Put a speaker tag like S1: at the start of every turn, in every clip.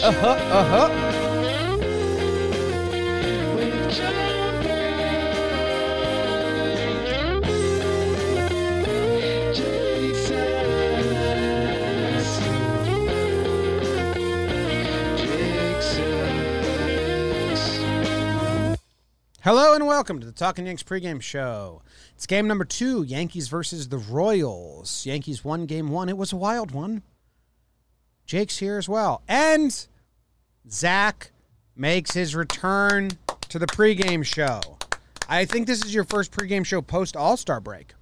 S1: Uh huh. Uh huh. Hello and welcome to the Talking Yanks pregame show. It's game number two, Yankees versus the Royals. Yankees won game one. It was a wild one. Jake's here as well. And Zach makes his return to the pregame show. I think this is your first pregame show post All Star break.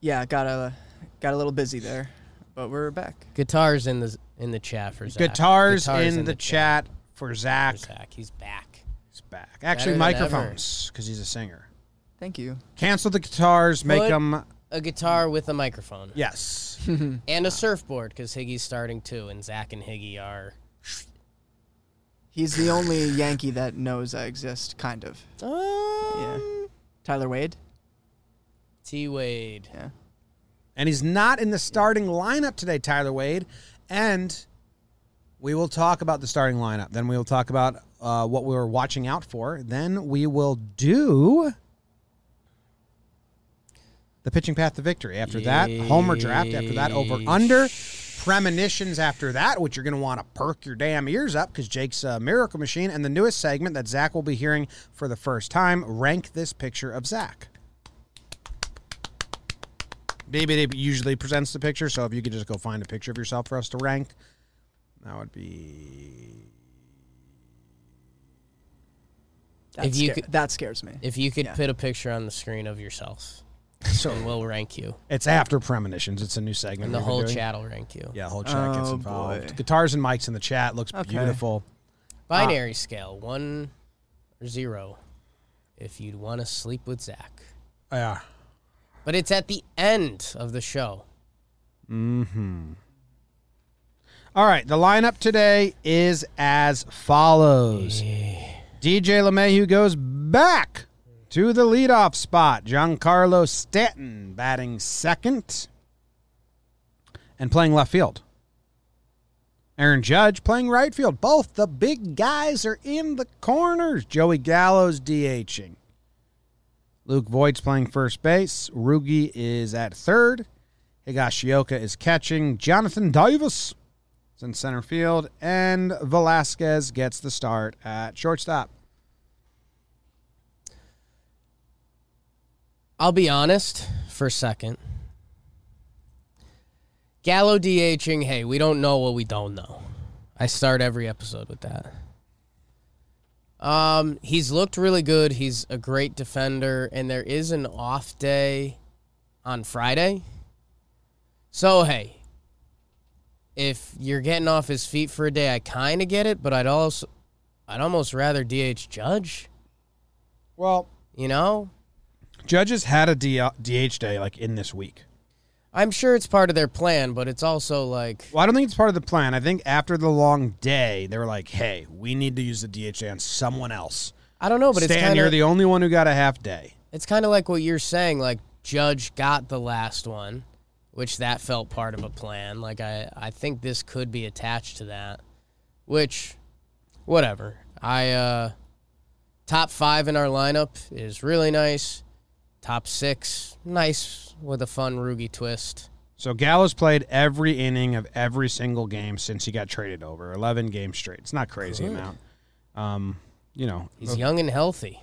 S2: Yeah, got a got a little busy there, but we're back.
S3: Guitars in the in the chat for Zach.
S1: Guitars, in, the, chat, for Zach.
S3: for Zach. He's back.
S1: He's back. Actually,
S3: than
S1: microphones, because he's a singer.
S2: Thank you.
S1: Cancel the guitars, make
S3: Put-
S1: them.
S3: A guitar with a microphone
S1: Yes. Ah.
S3: and a surfboard because Higgy's starting too, and Zach and Higgy are.
S2: He's the only Yankee that knows I exist, kind of.
S1: Oh.
S2: Yeah. Tyler Wade.
S3: T Wade.
S2: Yeah.
S1: And he's not in the starting lineup today, Tyler Wade. And we will talk about the starting lineup. Then we will talk about uh, what we were watching out for. Then we will do the pitching path to victory. After that, homer draft. After that, over under. Premonitions after that, which you're going to want to perk your damn ears up because Jake's a miracle machine. And the newest segment that Zach will be hearing for the first time rank this picture of Zach. BBD usually presents the picture, so if you could just go find a picture of yourself for us to rank, that would be.
S2: That,
S3: If you
S2: sca-
S3: could-
S2: that scares me.
S3: If you could
S2: Yeah.
S3: put a picture on the screen of yourself,
S1: So
S3: and we'll rank you,
S1: it's after premonitions. It's a new segment.
S3: and the
S1: we've been
S3: whole
S1: doing.
S3: chat will rank you.
S1: Yeah, whole chat gets
S2: Oh,
S1: involved.
S2: boy.
S1: Guitars and mics in the chat looks
S2: Okay.
S1: beautiful.
S3: Binary scale one or zero. If you'd want to sleep with Zach,
S1: Yeah.
S3: but it's at the end of the show.
S1: All right, the lineup today is as follows. DJ LeMahieu goes back to the leadoff spot. Giancarlo Stanton batting second and playing left field. Aaron Judge playing right field. Both the big guys are in the corners. Joey Gallo's DHing. Luke Voigt's playing first base. Rugi is at third. Higashioka is catching. Jonathan Davis is in center field. And Velasquez gets the start at shortstop.
S3: I'll be honest for a second. Gallo DHing, hey, we don't know what we don't know. I start every episode with that. Um, he's looked really good. He's a great defender, and there is an off day on Friday. So hey, if you're getting off his feet for a day, I kind of get it, but I'd also, I'd almost rather DH Judge.
S1: Well,
S3: You know,
S1: judges had a D- DH day like in this week.
S3: I'm sure it's part of their plan, but it's also like
S1: Well, I don't think it's part of the plan. I think after the long day, they were like, hey, we need to use the DH day on someone else.
S3: I don't know,
S1: But
S3: but it's
S1: Stan,
S3: kind
S1: you're
S3: of
S1: the only one who got a half day.
S3: it's kind of like what you're saying. Like Judge got the last one, which that felt part of a plan. Like I I think this could be attached to that, which whatever. I uh top five in our lineup is really nice. Top six, nice with a fun Rugi twist.
S1: So Gallo's played every inning of every single game since he got traded over, 11 games straight. It's not crazy amount. Um, you know,
S3: He's young and healthy.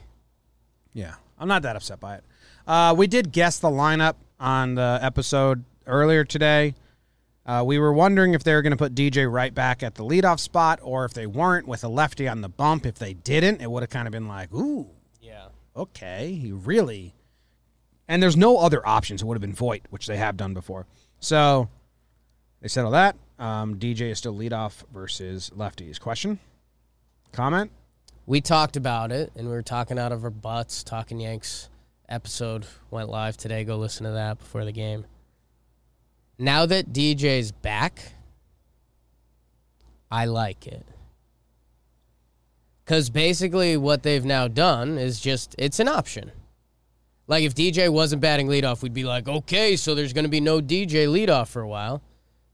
S1: Yeah, I'm not that upset by it. Uh, we did guess the lineup on the episode earlier today. Uh, we were wondering if they were going to put DJ right back at the leadoff spot, or if they weren't with a lefty on the bump. If they didn't, it would have kind of been like, ooh,
S3: Yeah.
S1: okay, he really. And there's no other options. It would have been Voight, which they have done before. So they settle that. Um, DJ is still leadoff versus lefties. Question, comment.
S3: we talked about it and we were talking out of our butts talking yanks episode went live today go listen to that before the game now that dj's back i like it because basically what they've now done is just it's an option like if dj wasn't batting leadoff we'd be like okay so there's going to be no dj leadoff for a while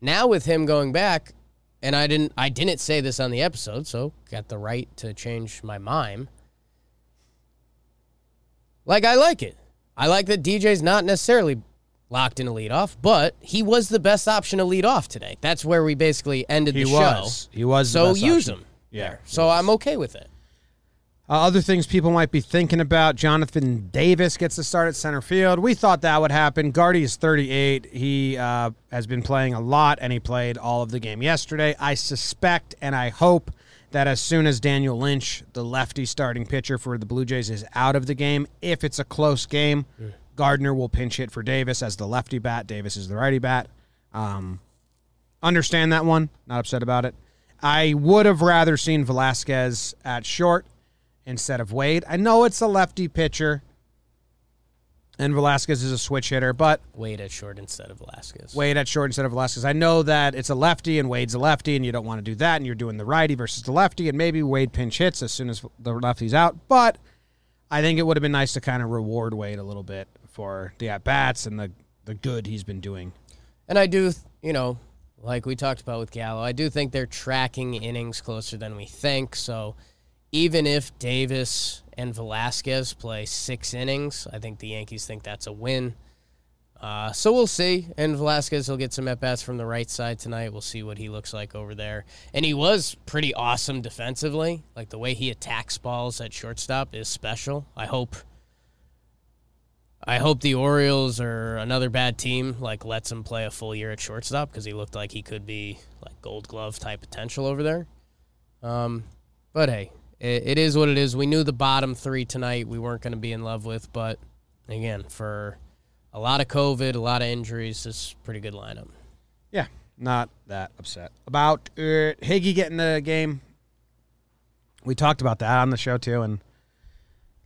S3: now with him going back and I didn't I didn't say this on the episode, so got the right to change my mind. Like I like it. I like that DJ's not necessarily locked in a leadoff, but he was the best option to lead off today. That's where we basically ended
S1: He
S3: the
S1: was.
S3: show.
S1: He was. the
S3: So
S1: best
S3: use
S1: option.
S3: him.
S1: Yeah.
S3: So I'm okay with it.
S1: Uh, other things people might be thinking about: Jonathan Davis gets the start at center field. We thought that would happen. Guardy is 38. He uh, has been playing a lot, and he played all of the game yesterday. I suspect and I hope that as soon as Daniel Lynch, the lefty starting pitcher for the Blue Jays, is out of the game, if it's a close game, Gardner will pinch hit for Davis as the lefty bat. Davis is the righty bat. Um, understand that one. Not upset about it. I would have rather seen Velasquez at short instead of Wade. I know it's a lefty pitcher, and Velasquez is a switch hitter, but
S3: Wade at short instead of Velasquez.
S1: Wade at short instead of Velasquez. I know that it's a lefty and Wade's a lefty, and you don't want to do that, and you're doing the righty versus the lefty, and maybe Wade pinch hits as soon as the lefty's out. But I think it would have been nice to kind of reward Wade a little bit for the at bats and the the good he's been doing.
S3: And I do, th- you know, like we talked about with Gallo, I do think they're tracking innings closer than we think. So even if Davis and Velasquez play six innings, I think the Yankees think that's a win. Uh, so we'll see. And Velasquez will get some at bats from the right side tonight. We'll see what he looks like over there. And he was pretty awesome defensively. Like the way he attacks balls at shortstop is special. I hope. I hope the Orioles or another bad team like lets him play a full year at shortstop because he looked like he could be like Gold Glove type potential over there. Um, but hey, it, it is what it is. We knew the bottom three tonight we weren't going to be in love with, but again, for a lot of COVID, a lot of injuries, this is a pretty good lineup.
S1: Yeah, not that upset about it. Higgy getting the game. We talked about that on the show too, and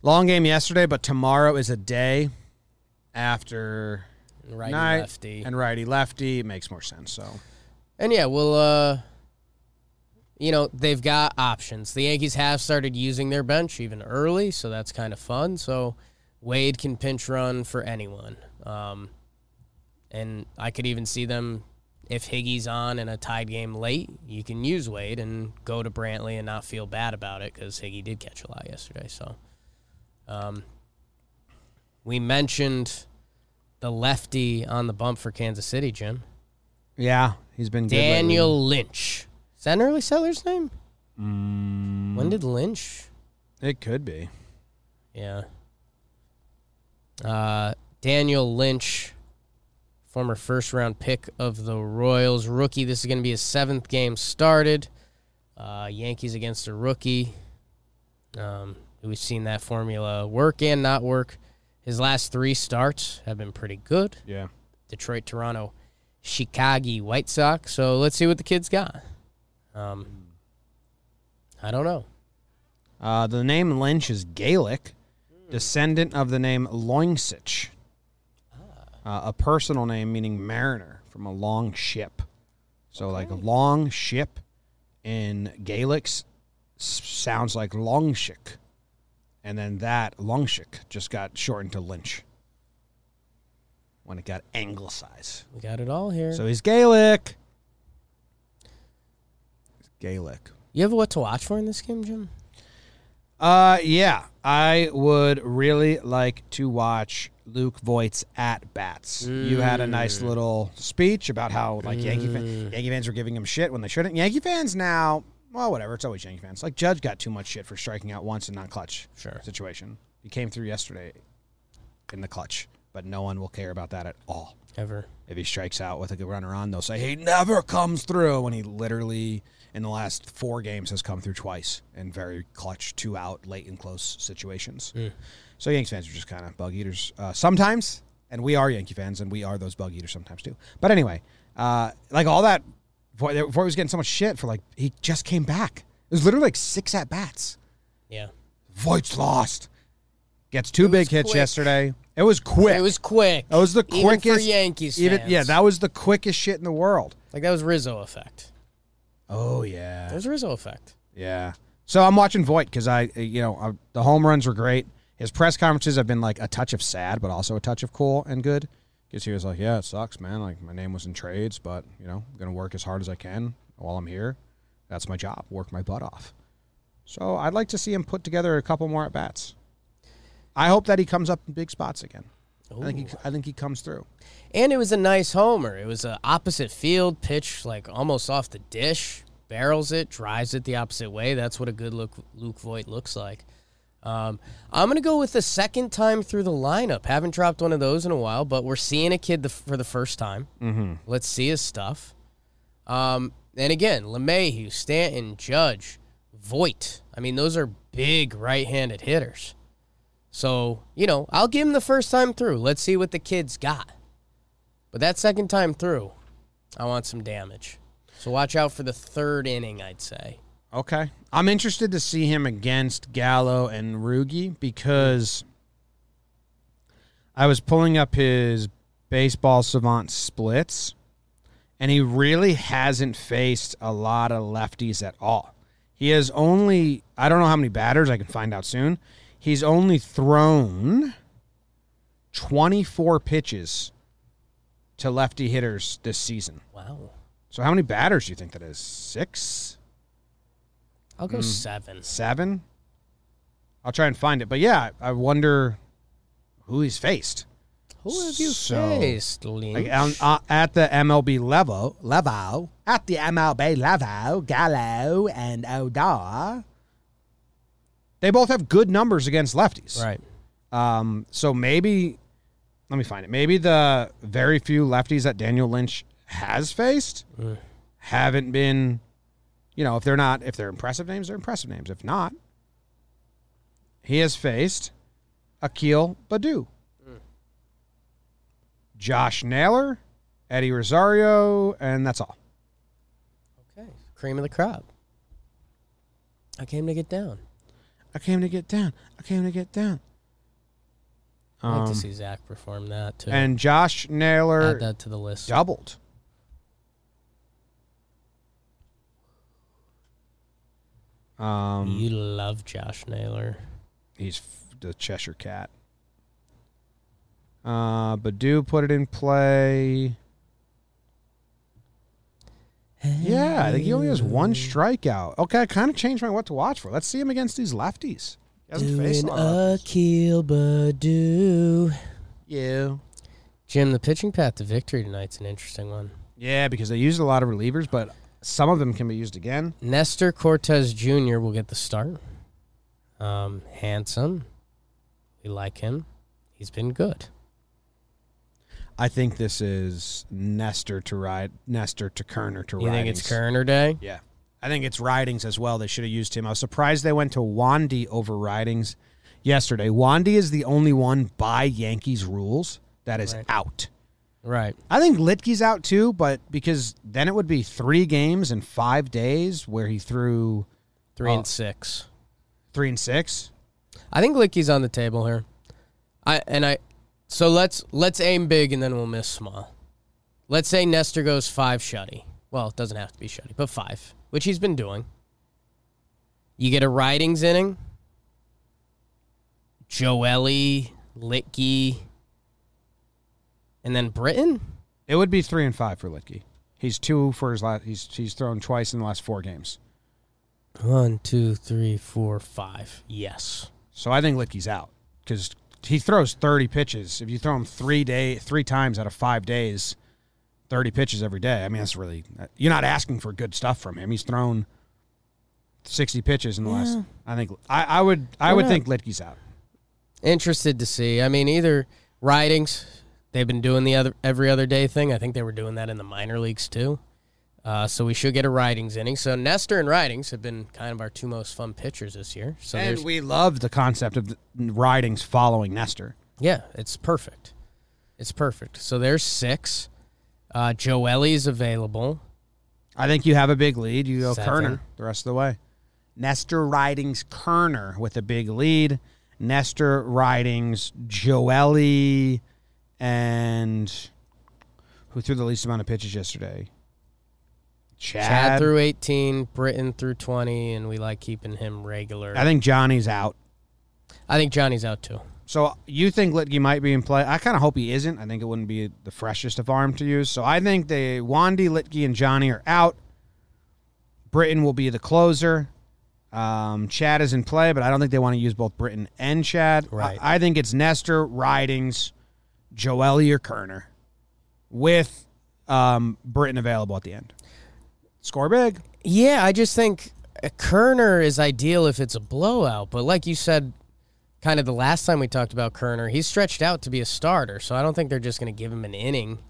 S1: long game yesterday, but tomorrow is a day after
S3: Right,
S1: night
S3: lefty,
S1: and righty lefty It makes more sense. So
S3: And yeah, well, uh, you know, they've got options. The Yankees have started using their bench even early, so that's kind of fun. So Wade can pinch run for anyone. Um, and I could even see them, if Higgy's on in a tied game late, you can use Wade and go to Brantley and not feel bad about it because Higgy did catch a lot yesterday. So um, we mentioned the lefty on the bump for Kansas City, Jim.
S1: yeah, he's been good lately.
S3: Daniel Lynch. Is that an early seller's name? When did Lynch?
S1: It could be.
S3: Yeah. Uh, Daniel Lynch, former first round pick of the Royals, rookie. This is going to be his seventh game started. Uh, Yankees against a rookie. Um, we've seen that formula work and not work. His last three starts have been pretty good
S1: Yeah.
S3: Detroit, Toronto, Chicago White Sox. So let's see what the kid's got. Um, I don't know.
S1: Uh, the name Lynch is Gaelic, descendant of the name Loingsich, uh, a personal name meaning mariner from a long ship. So, like a long ship in Gaelic s- sounds like Longshik. And then that Longshik just got shortened to Lynch when it got anglicized.
S3: We got it all here.
S1: So he's Gaelic. Gaelic.
S3: you have what to watch for in this game, Jim?
S1: Uh, yeah, I would really like to watch Luke Voigt's at bats. You had a nice little speech about how like Yankee fan, Yankee fans were giving him shit when they shouldn't. Yankee fans now, well, whatever. It's always Yankee fans. Like Judge got too much shit for striking out once in non-clutch
S3: Sure.
S1: situation. He came through yesterday in the clutch, but no one will care about that at all.
S3: Ever.
S1: If he strikes out with a good runner on, they'll say he never comes through. When he literally, in the last four games, has come through twice in very clutch, two out, late and close situations. So Yankees fans are just kind of bug eaters uh, sometimes, and we are Yankee fans, and we are those bug eaters sometimes too. But anyway, uh, like all that, Voight Voight was getting so much shit for like he just came back. It was literally like six at bats.
S3: Yeah.
S1: Voight's lost. Gets two big hits
S3: quick.
S1: yesterday. It was quick. Oh.
S3: It was quick.
S1: That was the
S3: Even
S1: quickest
S3: for Yankees.
S1: Even
S3: fans.
S1: yeah, that was the quickest shit in the world.
S3: like that was Rizzo effect.
S1: Oh
S3: That
S1: yeah,
S3: was Rizzo effect.
S1: yeah. So I'm watching Voight because I, uh, you know, I, the home runs were great. His press conferences have been like a touch of sad, but also a touch of cool and good. Because he was like, "Yeah, it sucks, man. Like my name was in trades, but you know, I'm gonna work as hard as I can. while I'm here. That's my job. Work my butt off. So I'd like to see him put together a couple more at bats. I hope that he comes up in big spots again. I think he, I think he comes through.
S3: And it was a nice homer. It was a opposite field pitch, like almost off the dish. Barrels it, drives it the opposite way. That's what a good look Luke Voigt looks like. Um, I'm gonna go with the second time through the lineup. Haven't dropped one of those in a while, but we're seeing a kid the, for the first time. Mm-hmm. Let's see his stuff. Um, and again, LeMahieu, Stanton, Judge, Voigt. I mean, those are big right-handed hitters. So, you know, I'll give him the first time through. Let's see what the kid's got. But that second time through, I want some damage. So watch out for the third inning, I'd say.
S1: Okay. I'm interested to see him against Gallo and Rugi because I was pulling up his baseball savant splits and he really hasn't faced a lot of lefties at all. He has only I don't know how many batters I can find out soon. He's only thrown 24 pitches to lefty hitters this season.
S3: Wow.
S1: So how many batters do you think that is? 6?
S3: I'll
S1: Hmm.
S3: go seven.
S1: seven. I'll try and find it. But yeah, I wonder who he's faced.
S3: Who have you
S1: So-
S3: faced, Lynch?
S1: Like on, uh, at the MLB level, level at the MLB level, Gallo and Odar, they both have good numbers against lefties.
S3: right.
S1: Um, so maybe, let me find it. Maybe the very few lefties that Daniel Lynch has faced haven't been, you know, if they're not, if they're impressive names, they're impressive names. If not, he has faced Akil Badu, Josh Naylor, Eddie Rosario, and that's all.
S3: Okay. Cream of the crop. I came to get down.
S1: I came to get down. I came to get down.
S3: I'd like
S1: Um,
S3: to see Zach perform that too.
S1: and Josh Naylor
S3: Add that to the list.
S1: doubled. Um,
S3: You love Josh Naylor.
S1: he's f- the Cheshire Cat. Uh, Badu put it in play. Yeah, I think he only has one strikeout. Okay, I kind of changed my what to watch for. Let's see him against these lefties. He hasn't faced a
S3: Doing
S1: lot of
S3: a kill, Badu.
S1: Yeah.
S3: Jim, the pitching path to victory tonight's an interesting one.
S1: Yeah, because they used a lot of relievers, but some of them can be used again.
S3: Nestor Cortez Jr. will get the start. Um, handsome. We like him. He's been good.
S1: I think this is Nestor to ride Nestor to Kerner to
S3: You think
S1: Ridings.
S3: it's Kerner Day?
S1: Yeah. I think it's Ridings as well. They should have used him. I was surprised they went to Wandy over Ridings yesterday. Wandy is the only one by Yankees rules that is
S3: Right.
S1: out.
S3: Right.
S1: I think Litke's out too, but because then it would be three games in five days where he threw
S3: Three
S1: Oh.
S3: and six.
S1: three and six.
S3: I think Licky's on the table here. I and I so let's let's aim big and then we'll miss small. Let's say Nestor goes five shutty. Well, it doesn't have to be shutty, but five, which he's been doing. You get a Ridings inning. Joelly, Litke, and then Britain.
S1: It would be three and five for Litke. He's two for his last. He's he's thrown twice in the last four games.
S3: One, two, three, four, five. Yes.
S1: So I think Litke's out because he throws 30 pitches. If you throw him three day, three times out of five days, 30 pitches every day. I mean, that's really you're not asking for good stuff from him. He's thrown 60 pitches in the last. I think I, I would I
S3: Why
S1: would
S3: not?
S1: think Litke's out.
S3: interested to see. I mean, either ridings they've been doing the other every other day thing. I think they were doing that in the minor leagues too. Uh, so we should get a ridings inning. So Nestor and ridings have been kind of our two most fun pitchers this year. So
S1: and
S3: there's,
S1: we love the concept of the ridings following Nestor.
S3: yeah, it's perfect. It's perfect. So there's six. Uh, Joelly's available.
S1: I think you have a big lead. You go
S3: Seven.
S1: Kerner the rest of the way. Nestor Ridings Kerner with a big lead. Nestor Ridings Joelly and who threw the least amount of pitches yesterday? Chad.
S3: Chad through 18, Britain through 20, and we like keeping him regular.
S1: I think Johnny's out.
S3: I think Johnny's out too.
S1: So you think Litke might be in play? I kind of hope he isn't. I think it wouldn't be the freshest of arm to use. So I think they Wandy, Litke, and Johnny are out. Britain will be the closer. Um, Chad is in play, but I don't think they want to use both Britain and Chad. I-
S3: Right.
S1: I, think it's Nestor, Ridings, Joelly, or Kerner with um, Britain available at the end. Score big.
S3: Yeah, I just think a Kerner is ideal if it's a blowout. But like you said, kind of the last time we talked about Kerner, he's stretched out to be a starter. So I don't think they're just going to give him an inning.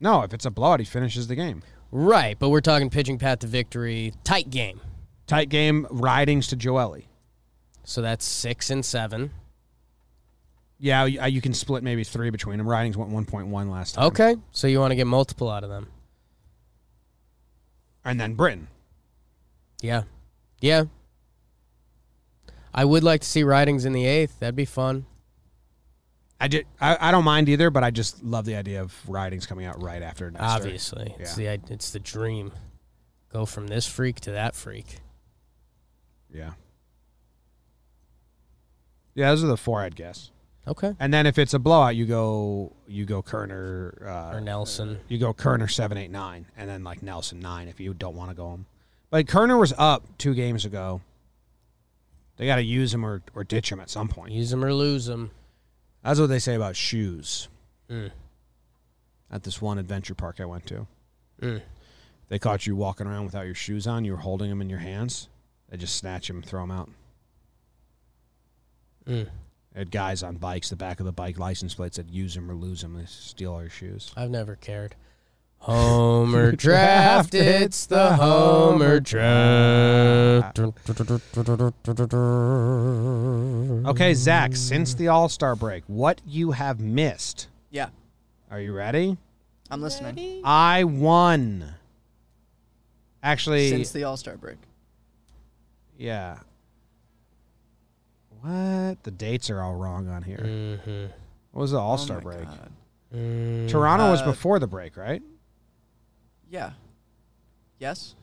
S1: No, if it's a blowout, he finishes the game.
S3: Right. But we're talking pitching path to victory, tight game.
S1: Tight game, Ridings to Joelly.
S3: So that's six and seven.
S1: Yeah, you, uh, you can split maybe three between them. Ridings went 1.1 last time.
S3: Okay. So you want to get multiple out of them.
S1: And then Britain.
S3: Yeah. Yeah. I would like to see Ridings in the eighth. That'd be fun.
S1: I, did, I, I don't mind either, but I just love the idea of Ridings coming out right after Nestor.
S3: Obviously, it's
S1: Yeah.
S3: the it's the dream. Go from this freak to that freak.
S1: Yeah. Yeah, those are the four I'd guess.
S3: Okay.
S1: And then if it's a blowout, you go you go Kerner, uh,
S3: Or Nelson.
S1: you go Kerner seven eight nine, and then like Nelson nine if you don't want to go him. But Kerner was up two games ago. They got to use him or, or ditch him at some point.
S3: Use them or lose them.
S1: That's what they say about shoes.
S3: Mm.
S1: At this one adventure park I went to,
S3: Mm.
S1: they caught you walking around without your shoes on. You were holding them in your hands. They just snatch them, and throw them out.
S3: Mm.
S1: They had guys on bikes. The back of the bike license plate said "Use them or lose them." They steal our shoes.
S3: I've never cared. Homer draft. It's the Homer draft. Oh,
S1: Okay, Zach. Since the All Star break, what you have missed?
S2: Yeah,
S1: Are you ready?
S2: I'm listening.
S1: I won. Actually,
S2: Since the All Star break.
S1: yeah. What? The dates are all wrong on here.
S3: Mm-hmm.
S1: What was the All
S2: Mm. Oh
S1: Star
S2: my
S1: break?
S2: God.
S3: Mm.
S1: Toronto was
S2: Uh,
S1: before the break, right?
S2: Yeah. Yes.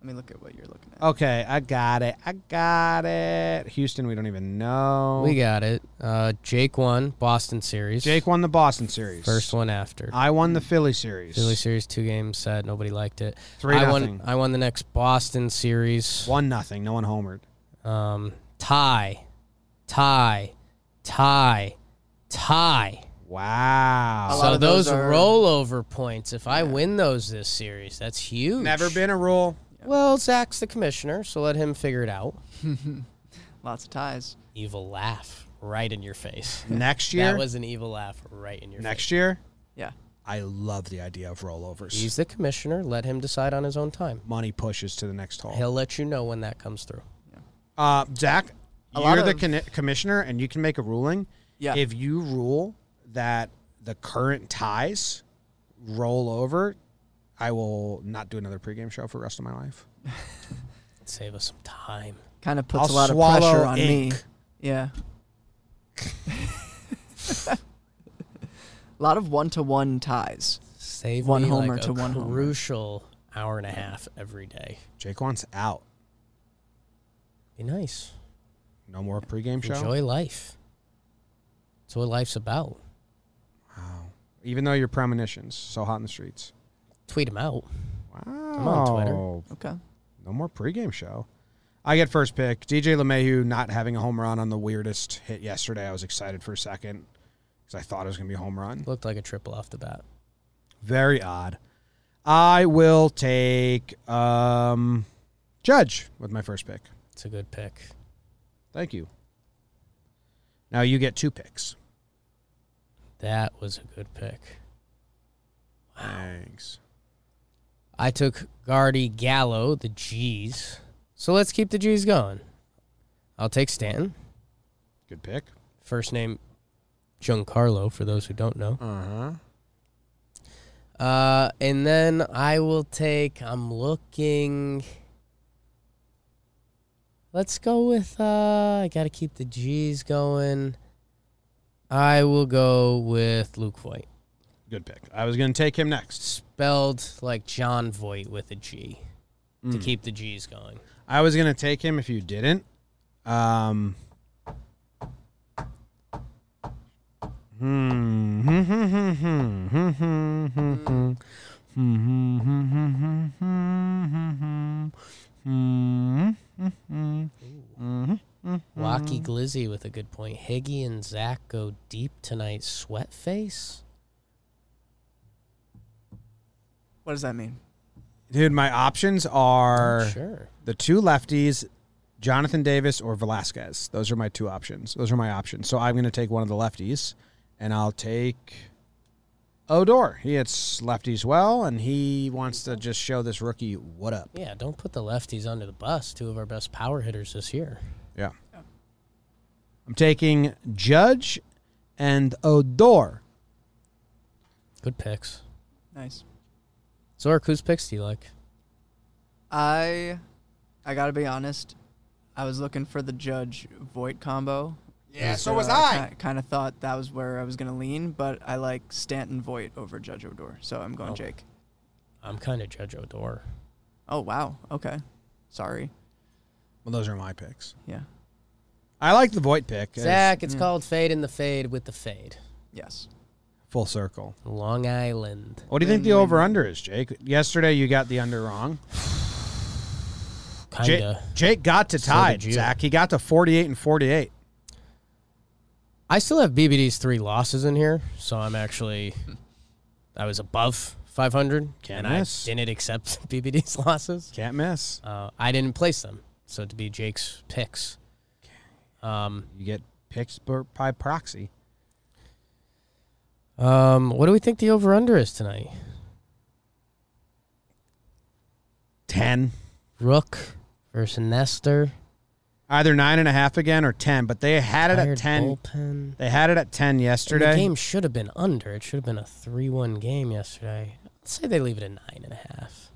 S2: Let me look at what you're looking at.
S1: Okay, I got it. I got it. Houston, we don't even know.
S3: We got it. Uh, Jake won Boston series.
S1: Jake won the Boston series.
S3: First one after.
S1: I won the Philly series.
S3: Philly series, two games set. Nobody liked it.
S1: Three
S3: I
S1: nothing.
S3: won. I won the next Boston series.
S1: One nothing. No one homered.
S3: Um, tie, tie, tie, tie.
S1: Wow.
S2: A lot
S3: So
S2: of those
S3: those,
S2: are-
S3: rollover points. If I win those this series, that's huge.
S1: Never been a rule.
S3: Well, Zach's the commissioner, so let him figure it out.
S2: Lots of ties.
S3: Evil laugh right in your face.
S1: Next year.
S3: That was an evil laugh right in your face.
S1: next year.
S2: Yeah.
S1: I love the idea of rollovers.
S3: He's the commissioner. Let him decide on his own time.
S1: Money pushes to the next hole.
S3: He'll let you know when that comes through.
S1: Uh, Zach,
S2: A lot
S1: you're the
S2: of-
S1: conne- commissioner, and you can make a ruling.
S2: Yeah.
S1: If you rule that the current ties roll over, I will not do another pregame show for the rest of my life.
S3: Save us some time.
S2: kind of puts a
S1: I'll
S2: lot of
S1: swallow
S2: pressure on me.
S1: ink.
S2: Yeah. a lot of one to one ties.
S3: Save
S2: One
S3: me like
S2: homer
S3: a
S2: to one homer.
S3: crucial hour and a half every day.
S1: Jake wants out.
S3: Be nice.
S1: No more pregame show.
S3: Enjoy life. That's what life's about.
S1: Wow. Even though you're premonitions, so hot in the streets.
S3: Tweet them out.
S1: Wow.
S3: on Twitter.
S2: Okay.
S1: No more pregame show. I get first pick. DJ LeMahieu not having a home run on the weirdest hit yesterday. I was excited for a second because I thought it was going to be a home run.
S3: Looked like a triple off the bat.
S1: Very odd. I will take um, Judge with my first pick.
S3: It's a good pick.
S1: Thank you. Now you get two picks.
S3: That was a good pick.
S1: Thanks.
S3: I took Guardy Gallo, the G's. So let's keep the G's going. I'll take Stanton.
S1: Good pick.
S3: First name Giancarlo, for those who don't know.
S1: Uh huh.
S3: Uh, and then I will take. I'm looking. Let's go with. Uh, I gotta keep the G's going. I will go with Luke Voigt,
S1: Good pick. I was going to take him next.
S3: spelled like John Voigt with a G, to
S1: Mm.
S3: keep the G's going.
S1: I was going to take him if you didn't. Um, hmm.
S3: Wacky
S1: Mm-hmm.
S3: Glizzy with a good point. Higgy and Zach go deep tonight. Sweatface?
S2: What does that mean?
S1: Dude, my options are
S3: Sure.
S1: the two lefties, Jonathan Davis or Velasquez. Those are my two options. Those are my options. So I'm going to take one of the lefties, and I'll take Odor. He hits lefties well, and he wants to just show this rookie what up.
S3: Yeah, don't put the lefties under the bus. Two of our best power hitters this year.
S1: Yeah. I'm taking Judge and Odor.
S3: Good picks.
S2: Nice.
S3: Zork, whose picks do you like?
S2: I, I gotta be honest. I was looking for the Judge Voight combo.
S1: Yeah,
S2: Kind, of thought that was where I was gonna lean, but I like Stanton Voight over Judge Odor, so I'm going
S3: Oh.
S2: Jake.
S3: I'm kind of Judge Odor.
S2: Oh wow. Okay. Sorry.
S1: Well, those are my picks.
S2: Yeah.
S1: I like the Voight pick. It's
S3: Zach, it's called Fade in the Fade with the Fade.
S2: Yes.
S1: Full circle.
S3: Long Island.
S1: What do you think the
S2: Win-win.
S1: over under is, Jake? Yesterday you got the under wrong.
S3: Kind
S1: Jake,
S3: of.
S1: Jake got to
S3: So
S1: tied,
S3: did you.
S1: Zach. He got to 48 and 48.
S3: I still have BBD's three losses in here, so I'm actually I was above 500,
S1: Hmm. Can't
S3: and
S1: miss.
S3: I didn't accept BBD's losses.
S1: Can't miss.
S3: Uh, I didn't place them, so to be Jake's picks. Um,
S1: You get picked per- by proxy.
S3: um, what do we think the over under is tonight?
S1: 10.
S3: Rook versus Nestor.
S1: Either 9.5 again or 10, but they had it at
S3: Tired
S1: 10.
S3: bullpen.
S1: They had it at 10
S3: And
S1: yesterday.
S3: The game should have been under. It should have been a three-one game yesterday. Let's say they leave it at nine and a half.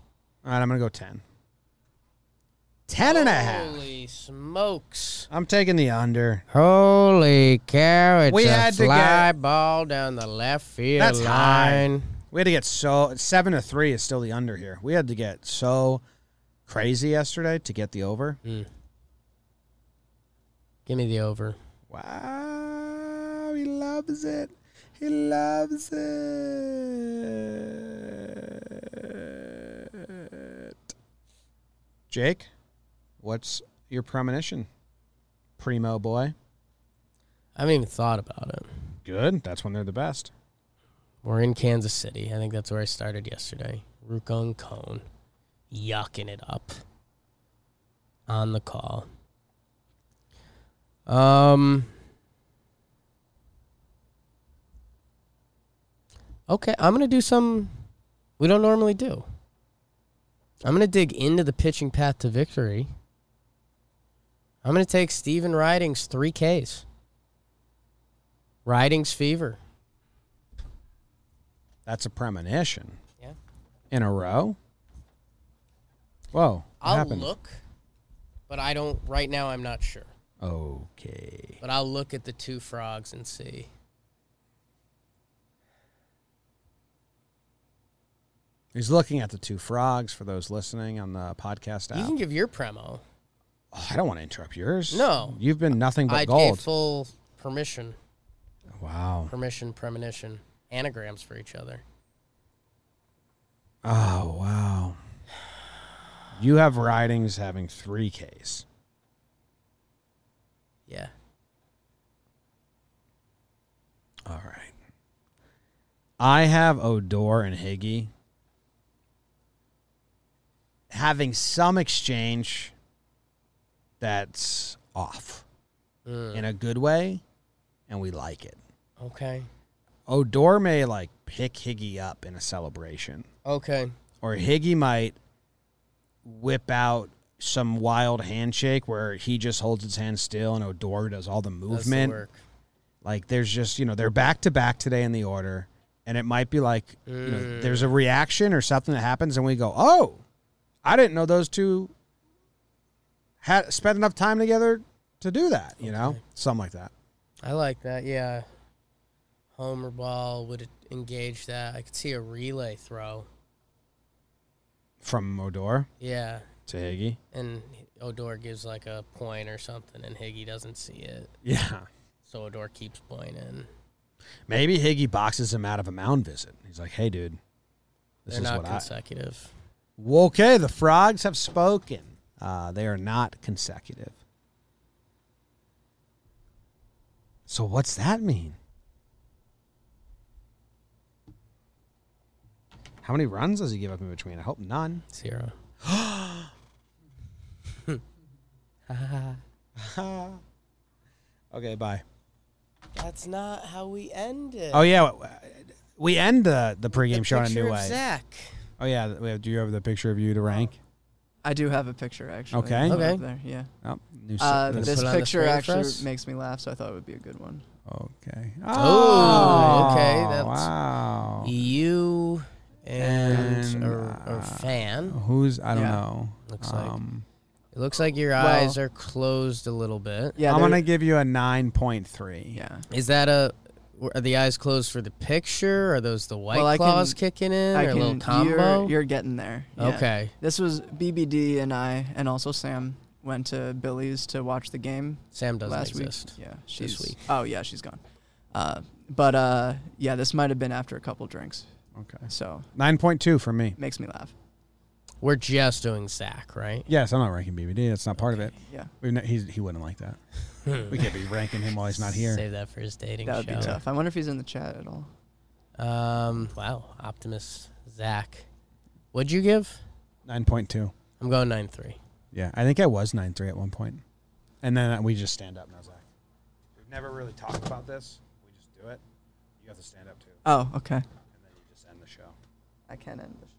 S1: All right, I'm going to go 10. 10 and a half.
S3: Holy smokes!
S1: I'm taking the under.
S3: Holy cow! It's
S1: We
S3: a
S1: had to
S3: fly ball down the left field
S1: That's high.
S3: line.
S1: We had to get so 7 to 3 is still the under here. We had to get so crazy yesterday to get the over.
S3: Hmm. Give me the over.
S1: Wow, he loves it. He loves it. Jake, what's your premonition? Primo boy.
S3: I haven't even thought about it.
S1: Good. That's when they're the best.
S3: We're in Kansas City. I think that's where I started yesterday. Rukon Cone, yucking it up on the call. Um. Okay, I'm gonna do some we don't normally do. I'm gonna dig into the pitching path to victory. I'm gonna take Steven Ridings three Ks. Ridings fever.
S1: That's a premonition.
S3: Yeah.
S1: In a row? Whoa. What
S3: I'll
S1: happened?
S3: look, but I don't. Right now, I'm not sure.
S1: Okay.
S3: But I'll look at the two frogs and see.
S1: He's looking at the two frogs for those listening on the podcast
S3: You
S1: app.
S3: can give your premo.
S1: Oh, I don't want to interrupt yours.
S3: No.
S1: You've been nothing but
S3: I
S1: gold.
S3: gave full permission,
S1: wow.
S3: permission, premonition, anagrams for each other.
S1: Oh, wow. You have Ridings having three Ks.
S3: Yeah.
S1: All right. I have Odor and Higgy having some exchange that's off
S3: Mm.
S1: in a good way, and we like it.
S3: Okay.
S1: Odor may like pick Higgy up in a celebration.
S3: Okay.
S1: or Higgy might whip out some wild handshake where he just holds his hand still and Odor does all the
S3: That's the
S1: movement.
S3: work.
S1: like there's just you know they're back to back today in the order, and it might be like you
S3: Mm.
S1: know there's a reaction or something that happens and we go oh, I didn't know those two had spent enough time together to do that you know something like that.
S3: I like that. Yeah. Homer ball would engage that. I could see a relay throw.
S1: From Odor
S3: Yeah.
S1: to Higgy,
S3: And Odor gives like a point or something, and Higgy doesn't see it.
S1: yeah.
S3: So Odor keeps pointing.
S1: Maybe Higgy boxes him out of a mound visit. He's like, "Hey, dude, This
S3: They're
S1: is
S3: not
S1: what I.
S3: consecutive.
S1: Okay, the frogs have spoken. Uh, they are not consecutive. So what's that mean? How many runs does he give up in between? I hope none.
S3: Zero.
S1: Okay, bye.
S3: That's not how we end it.
S1: Oh yeah, w- we end the the pregame show in a new way.
S3: Zach.
S1: Oh yeah, th- wait, do you have the picture of you to rank?
S2: I do have a picture actually.
S1: Okay.
S2: Right up
S3: Okay.
S2: There. Yeah.
S1: Oh, new s-
S2: Uh,
S1: this-
S2: this
S3: put it on the
S2: picture
S3: screen for
S2: actually
S3: us?
S2: makes me laugh, so I thought it would be a good one.
S1: okay.
S3: Oh, okay, that's-
S1: wow.
S2: Oh.
S3: You and,
S1: And,
S3: a, a
S1: uh,
S2: oh.
S3: fan.
S1: Who's I don't
S2: Yeah.
S1: know. Um,
S3: Looks like- It looks like your eyes are closed a little bit.
S2: Yeah.
S1: I'm
S2: there-
S1: gonna give you a nine point three.
S2: Yeah.
S3: Is that a? Are the eyes closed for the picture? Are those the white
S2: Well, I
S3: claws
S2: can-
S3: kicking in?
S2: I
S3: or a little
S2: can- you're-
S3: combo?
S2: You're, getting there. Yeah.
S3: okay.
S2: This was BBD and I, and also Sam went to Billy's to watch the game
S3: Sam doesn't
S2: last
S3: exist.
S2: week. Yeah, she's.
S3: week.
S2: Oh yeah, she's gone. Uh, but uh, yeah, this might have been after a couple drinks,
S1: Okay.
S2: so
S1: Nine point two for me.
S2: makes me laugh.
S3: We're just doing Zach, right?
S1: Yes, I'm not ranking BBD. That's not part of it.
S2: Yeah,
S1: We've ne- he's, he wouldn't like that. we can't be ranking him while he's not here.
S3: Save that for his dating
S2: that would
S3: show.
S2: be tough. I wonder if he's in the chat at all.
S3: Um. Wow. Optimist Zach. What'd you give?
S1: Nine point two.
S3: I'm going nine three.
S1: Yeah, I think I was nine three at one point, and then uh, we just stand up now, Zach. We've never really talked about this. We just do it. You have to stand up too,
S2: Oh, okay.
S1: and then you just end the show.
S2: I can end the show.